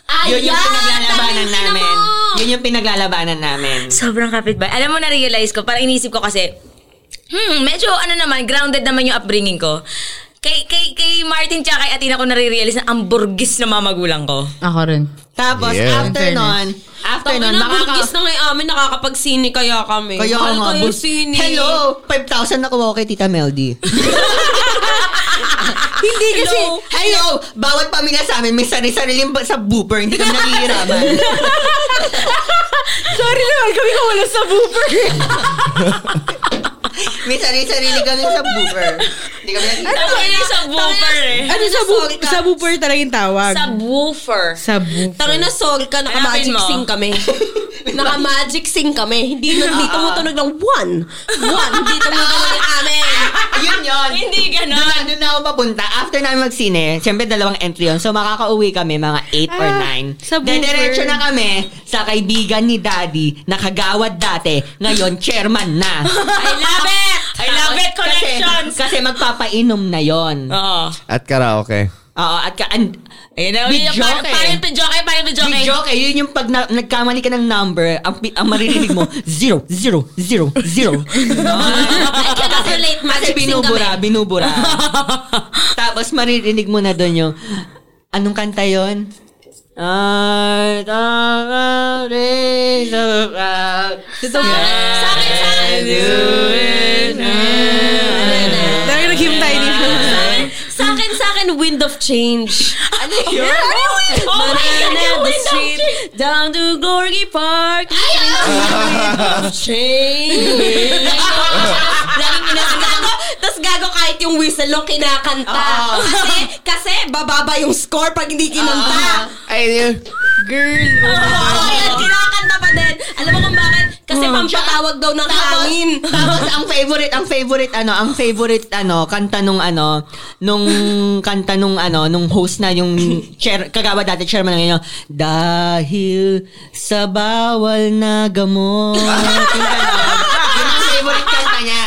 Ay, yan,
Yun yung pinaglalabanan
tanging ina
namin.
mo.
Yun yung pinaglalabanan namin.
Sobrang kapitbahay. Alam mo, na-realize ko, parang iniisip ko kasi, hmm, medyo ano naman, grounded naman yung upbringing ko. Kay, kay, kay Martin tsaka kay Athena ko nare-realize na ang burgis na mamagulang ko.
Ako rin.
Tapos,
Yeah.
after
In
nun, after
Tangin na,
nun,
burgis
makaka...
na ngayon amin, nakakapag-sine kaya kami.
Kaya
Mahal
nga,
kayo
bus-
sine.
Hello! 5,000 na kumuha kay Tita [LAUGHS] Meldy.
Ah,
Hindi kasi,
Hello! Hello! Bawat pamilya sa amin, may sarili-sariling ba- sa booper. Hindi [LAUGHS] kami nangihiraman.
sorry naman kami kung wala sa booper.
may sarili-sarili kami sa booper. Hindi kami nangihiraman.
Tangin na sa woofer eh.
ano sa booper? Sa booper talaga yung tawag.
Sa woofer.
Sa booper.
Tangin na, sorry ka,
Hanapin
naka-magic
mo.
sing
[LAUGHS]
kami. naka-magic sing kami. Hindi na, hindi tumutunog ng one. One, hindi tumutunog ng amin.
Yun yun.
[LAUGHS] Hindi ganon.
Doon, na- doon na ako papunta. After namin magsine, syempre dalawang entry yun. So makakauwi kami mga 8 or
Ah,
9.
sa booper.
Dediretso na kami sa kaibigan ni Daddy na kagawad dati.
[LAUGHS]
Ngayon, chairman na.
I love it! I love it, connections!
Kasi, kasi magpapainom na yon.
Oo.
At karaoke.
Oo, at ka, and,
Ayun na,
Big
yun,
joke
parang,
eh.
parang pijoke, parang pijoke.
Big joke eh. Yun yung pag na, nagkamali ka ng number, ang, pi- ang maririnig mo, [LAUGHS] zero, zero, zero,
[LAUGHS]
zero.
I cannot relate,
Kasi
magic sing kami.
binubura, binubura. [LAUGHS] Tapos maririnig mo na doon yung, anong kanta yun? Ay, tama rin sa crowd.
Sa akin, sa akin, sa akin.
Talaga naghimtay nito.
Sa akin, sa akin, sa akin, wind of change. Ano yun?
Oh my God, yung
the
wind of
street, down to Glory Park. Wind of change. Laging pinakanta Tapos gago kahit yung whistle nung kinakanta.
Oo.
Kasi, kasi bababa yung score pag hindi kinanta.
Ay, yun.
Girl.
Oo, yan, kinakanta pa din. Alam mo kung bakit? Kasi pampatawag daw ng hangin.
Tapos ang favorite, ang favorite ano, ang favorite ano, kanta nung ano, nung kanta nung ano, nung host na yung chair, kagawa dati chairman ng inyo, dahil sa bawal na gamot. Yung ganon. Yun ang favorite kanta niya.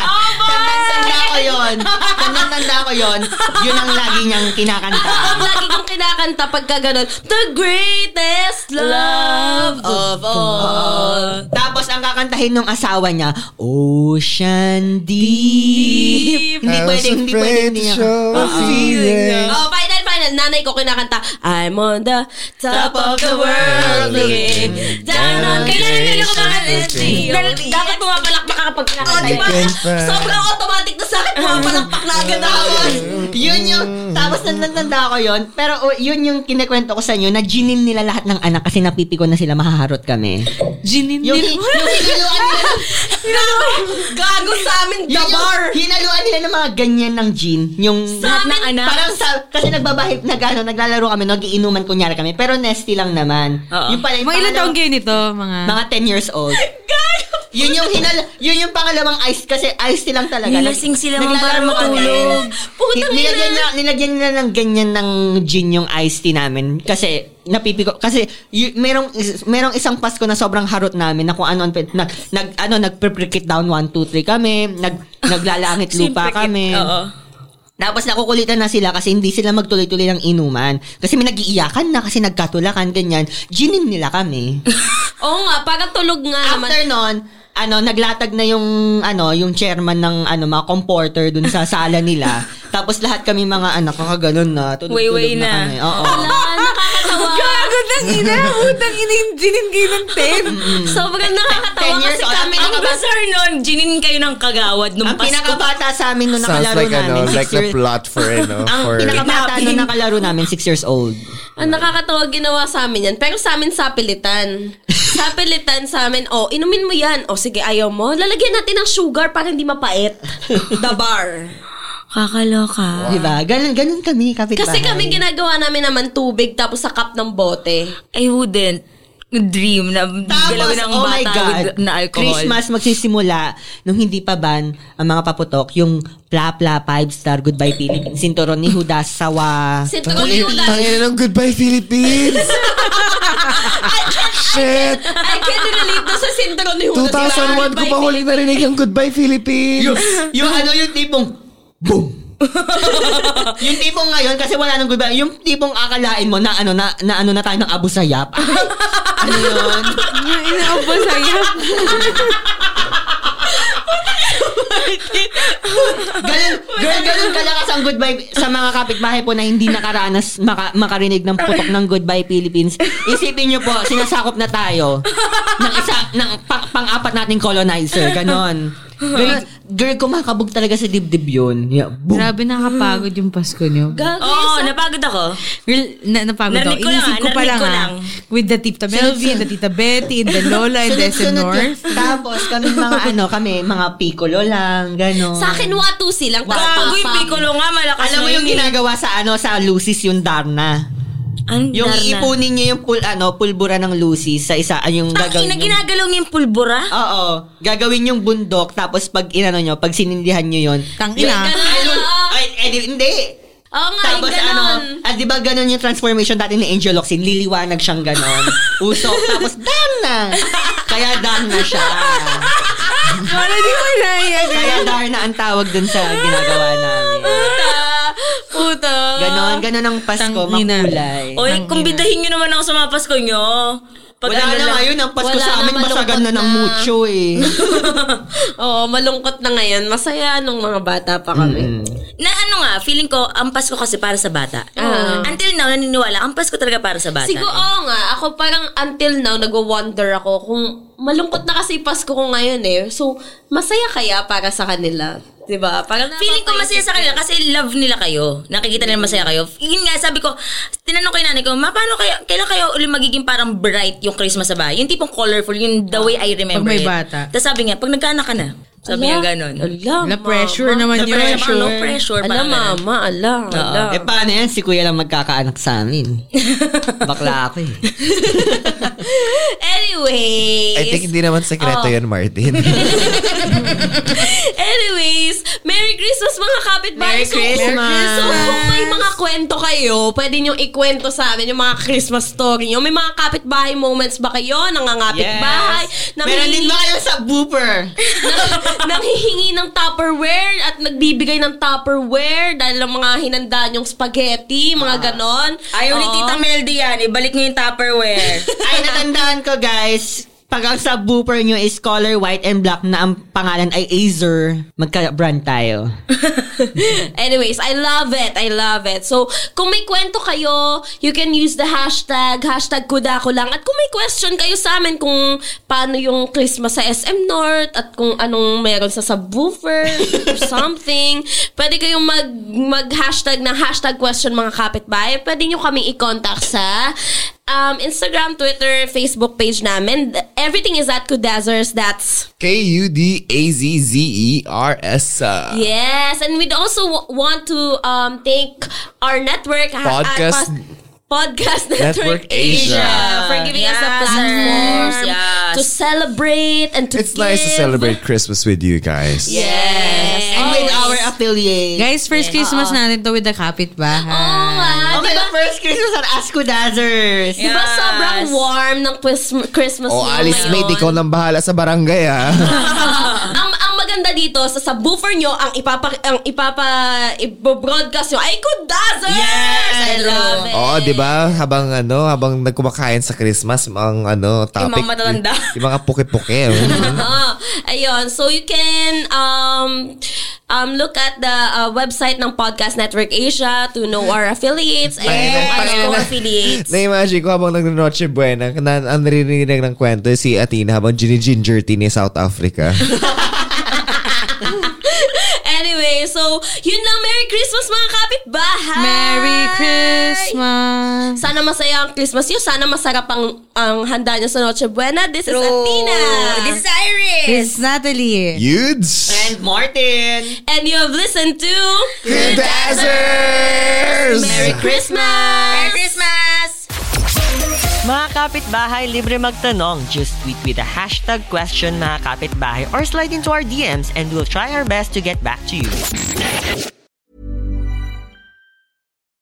Tanda-tanda ko yun. Tanda-tanda ko yun. Yun ang lagi niyang kinakanta.
Ang lagi kong kinakanta. nagkakanta pagka ganun, The greatest love of all.
Tapos ang kakantahin ng asawa niya, Ocean Deep. hindi pwedeng, hindi Ah, pwedeng niya. Ah,
Oh, final, final. Nanay ko kinakanta, I'm on the top of the world again. Down on Kailangan nila ko Dapat pumapalakpak ka kapag kinakanta.
Oh,
Oh,
diba?
Sobrang automatic na sa akin. Pumapalakpak na agad ako.
yun yung, tapos nananda ko yun. Pero oh, yun yung kinikwento ko sa inyo, na ginin nila lahat ng anak kasi napipiko na sila, mahaharot kami.
Ginin
[LAUGHS]
Yung, yung, yung, hinaluan nila,
Gago sa amin, the
yun yung
bar.
hinaluan nila ng mga ganyan ng gin. Yung,
Sa amin,
parang sa, kasi nagbabahay, nag, ano, naglalaro kami, nag-iinuman kunyari kami, pero nesty lang naman.
Ah.
Yung pala, yung
Mga ilan
pangalawa-
taong kayo nito? Mga...
Mga 10 years old. yun yung hinal, yun yung pangalawang ice kasi ice lang talaga.
Nilasing sila mga para
Naglalaro kami.
matulog.
Putang ina.
nilagyan na, nilagyan nila ng ganyan ng gin yung iced tea namin kasi napipiko kasi y- merong is- merong isang Pasko na sobrang harot namin na kung ano ang pin- nag, nag ano nagpe-cricket down 1 2 3 kami
[LAUGHS]
nag naglalangit lupa kami
Oo.
tapos nakukulitan na sila kasi hindi sila magtuloy-tuloy ng inuman kasi may nagiiyakan na kasi nagkatulakan ganyan ginin nila kami
Oo nga, parang tulog nga naman. [LAUGHS]
After nun, ano, naglatag na yung, ano, yung chairman ng, ano, mga comporter dun sa sala
[LAUGHS]
nila. Tapos lahat kami mga anak, kakaganon na, tulog-tulog
Way-way
na.
na.
kami. Oo.
Wala, nakakatawa.
Gago ng ina! Utang ina yung ginin kayo ng 10!
Sobrang
Ten
nakakatawa
years
kasi
old.
kami
Ang
ang
Ang bizarre nun, ginin kayo ng kagawad nung
Ang
Pasko.
pinakabata sa amin nung
Sounds
nakalaro
like
namin,
ano,
six
like the
years-
plot for ano,
Ang
for
pinakabata
Kidnapping.
nung nakalaro namin, six years old.
Ang nakakatawa ginawa sa amin yan. Pero sa amin sa pilitan. Sa pilitan sa amin, oh, inumin mo yan. Oh, sige, ayaw mo. Lalagyan natin ng sugar para hindi mapait. The bar.
Kakaloka.
Diba? Ganun, ganun kami, kapitbahay.
Kasi kami ginagawa namin naman tubig tapos sa cup ng bote.
I wouldn't dream na
Tapos,
galawin ng
oh my
bata
God,
with- na alcohol.
Christmas magsisimula nung hindi pa ban ang mga paputok, yung Pla Pla Five Star Goodbye Philippines, Sinturon ni Judas, Sawa.
Sinturon ni Judas.
Tangina ng Goodbye
[LAUGHS]
Philippines! Shit!
I can relate to sa sindrom ni Judas. Diba
2001 ko pa huling narinig yung Goodbye Philippines!
yung ano yung tipong boom. [LAUGHS] yung tipong ngayon kasi wala nang goodbye. Yung tipong akalain mo na ano na, na ano na tayo ng Abu Sayyaf. ano yun?
Yung ina ang pasayap.
Ganun, girl, ganun kalakas ang goodbye sa mga kapitbahay po na hindi nakaranas maka, makarinig ng putok ng goodbye Philippines. Isipin niyo po, sinasakop na tayo ng isa ng pang, pang-apat nating colonizer. Ganon. Girl, girl, kumakabog talaga sa dibdib yun. Yeah, boom.
Grabe nakakapagod yung Pasko niyo.
Gago.
Oo, napagod ako.
Girl, na, napagod ako.
Narinig ko lang,
Inisip ko
ah,
pa
narinig
lang,
ko
ah,
lang.
With the Tita Melvin, the Tita Betty, and the Lola, and the SM
Sunod-sunod yun.
North.
[LAUGHS] Tapos kami mga ano, kami mga piccolo lang, gano'n.
Sa akin, watusi lang. Tapos
Gago yung
papang.
piccolo nga, malakas
alam mo
na
yung
yun eh.
ginagawa sa ano sa Lucis yung Darna.
Ang
Yung
darna.
iipunin niya yung pul ano pulbura ng Lucis sa isa ay,
Ang
yung gagawin.
ina,
yung-
ginagalaw niya yung pulbura?
Oo, gagawin yung bundok tapos pag inano niyo, pag sinindihan niyo yon.
Tang ina.
Ayun, ay, eh, di- hindi.
[LAUGHS] Oo nga,
Tapos
ganon.
ano, at di ba ganun yung transformation dati ni Angel Locsin, liliwanag siyang ganon. Usok, tapos Darna. Kaya Darna siya.
Wala di ko na
Kaya Darna ang tawag dun sa ginagawa namin.
Puta. Puta.
Ganon, ganon ang Pasko,
Tangina.
makulay.
Oy, kumbidahin niyo naman ako sa mga Pasko niyo. Pag
Wala
ano
na
lang-
ngayon, ang Pasko
Wala
sa amin,
na,
masagan na
malungkot
ng
na.
mucho eh.
Oo, malungkot na ngayon. Masaya nung mga bata pa kami.
Na ano nga, feeling ko, ang Pasko kasi para sa bata. Until now, naniniwala, ang Pasko talaga para sa bata.
Siguro, oo nga. Ako parang until now, nagwa-wonder ako kung malungkot na kasi Pasko ko ngayon eh. So, masaya kaya para sa kanila? 'Di ba? Parang
Feeling ko masaya sa kanila kasi love nila kayo. Nakikita nila masaya kayo. Yun nga, sabi ko, tinanong ko yung nanay ko, ma, paano kayo, kailan kayo uli magiging parang bright yung Christmas sa bahay? Yung tipong colorful, yung the way I
Pag
remember
may
it.
bata.
Tapos sabi niya, pag nagkaanak ka na. Sabi niya ganun.
Ala,
Wala, pressure
mama.
naman
Tapos
yun.
parang no pressure.
Ala,
parang ganun.
mama. Ala, ala.
Eh paano yan? Si Kuya lang magkakaanak sa amin. Bakla ako eh.
Anyways.
I
Oh. [LAUGHS]
think hindi naman sekreto yun, Martin.
[LAUGHS] Anyways, Merry Christmas mga kapitbahay.
Merry Christmas.
So, kung may mga kwento kayo, pwede nyo ikwento sa amin yung mga Christmas story nyo. May mga kapitbahay moments ba kayo? Nangangapit bahay?
Meron din ba [LAUGHS] kayo sa booper?
nanghihingi ng Tupperware at nagbibigay ng Tupperware dahil ang mga hinanda yung spaghetti, mga
Ah.
ganon.
Ayaw ni
Oo.
Tita Meldy yan. Ibalik niyo yung Tupperware.
Ay, natandaan ko guys, pag ang sa booper nyo is color white and black na ang pangalan ay Azer, magka-brand tayo.
Anyways, I love it. I love it. So, kung may kwento kayo, you can use the hashtag, hashtag kudako lang. At kung may question kayo sa amin kung paano yung Christmas sa SM North at kung anong meron sa subwoofer or something, pwede kayong mag, mag-hashtag na hashtag question mga kapitbahay. Pwede nyo kaming i-contact sa um, Instagram, Twitter, Facebook page namin. Everything is at Kudazers. That's
K-U-D-A-Z-Z-E-R-S. E uh,
Yes, and we'd also w- want to um thank our network ha- ha-
Podcast-
pod- Podcast [LAUGHS] Network,
Network
Asia,
Asia.
for giving us a
Yes.
platform
Yes.
to celebrate and to
It's nice to
give.
celebrate Christmas with you guys.
Oh, Yes.
And with
Always.
our affiliate.
Guys, first Christmas natin to with the kapitbahay.
Oo nga,
Okay,
diba?
the first Christmas at Askudazers.
Diba
Yes.
sobrang warm ng Christmas Christmas
O
ngayon?
Oh, Alice Mate, ikaw nang bahala sa barangay ah.
[LAUGHS] ang, ang maganda dito sa sa buffer nyo ang ipapa ang ipapa ibobroadcast nyo ay kudazzers yes I love it
Oo, Oh, di ba? Habang ano, habang nagkumakain sa Christmas, ang ano, topic.
matatanda.
Yung mga puke-puke. oh.
Ah, ayun. So you can um um look at the uh, website ng Podcast Network Asia to know our affiliates and
Panginoon,
kung ano
Panginoon.
kung affiliates.
Na-imagine ko habang nag-Noche Buena, na, ang naririnig ng kwento si Athena habang gini-ginger tea ni South Africa.
Anyway, so yun lang. Merry Christmas mga kapitbahay!
Merry Christmas!
Sana masaya ang Christmas niyo. Sana masarap ang, ang handa niyo sa Noche Buena. This is Athena.
This is Iris.
It's Natalie.
Yudes!
And Martin.
and you have listened to
Dazzers!
Merry
Merry Christmas!
Christmas!
Mga kapitbahay, libre magtanong. Just tweet with the hashtag question mga kapitbahay or slide into our DMs and we'll try our best to get back to you.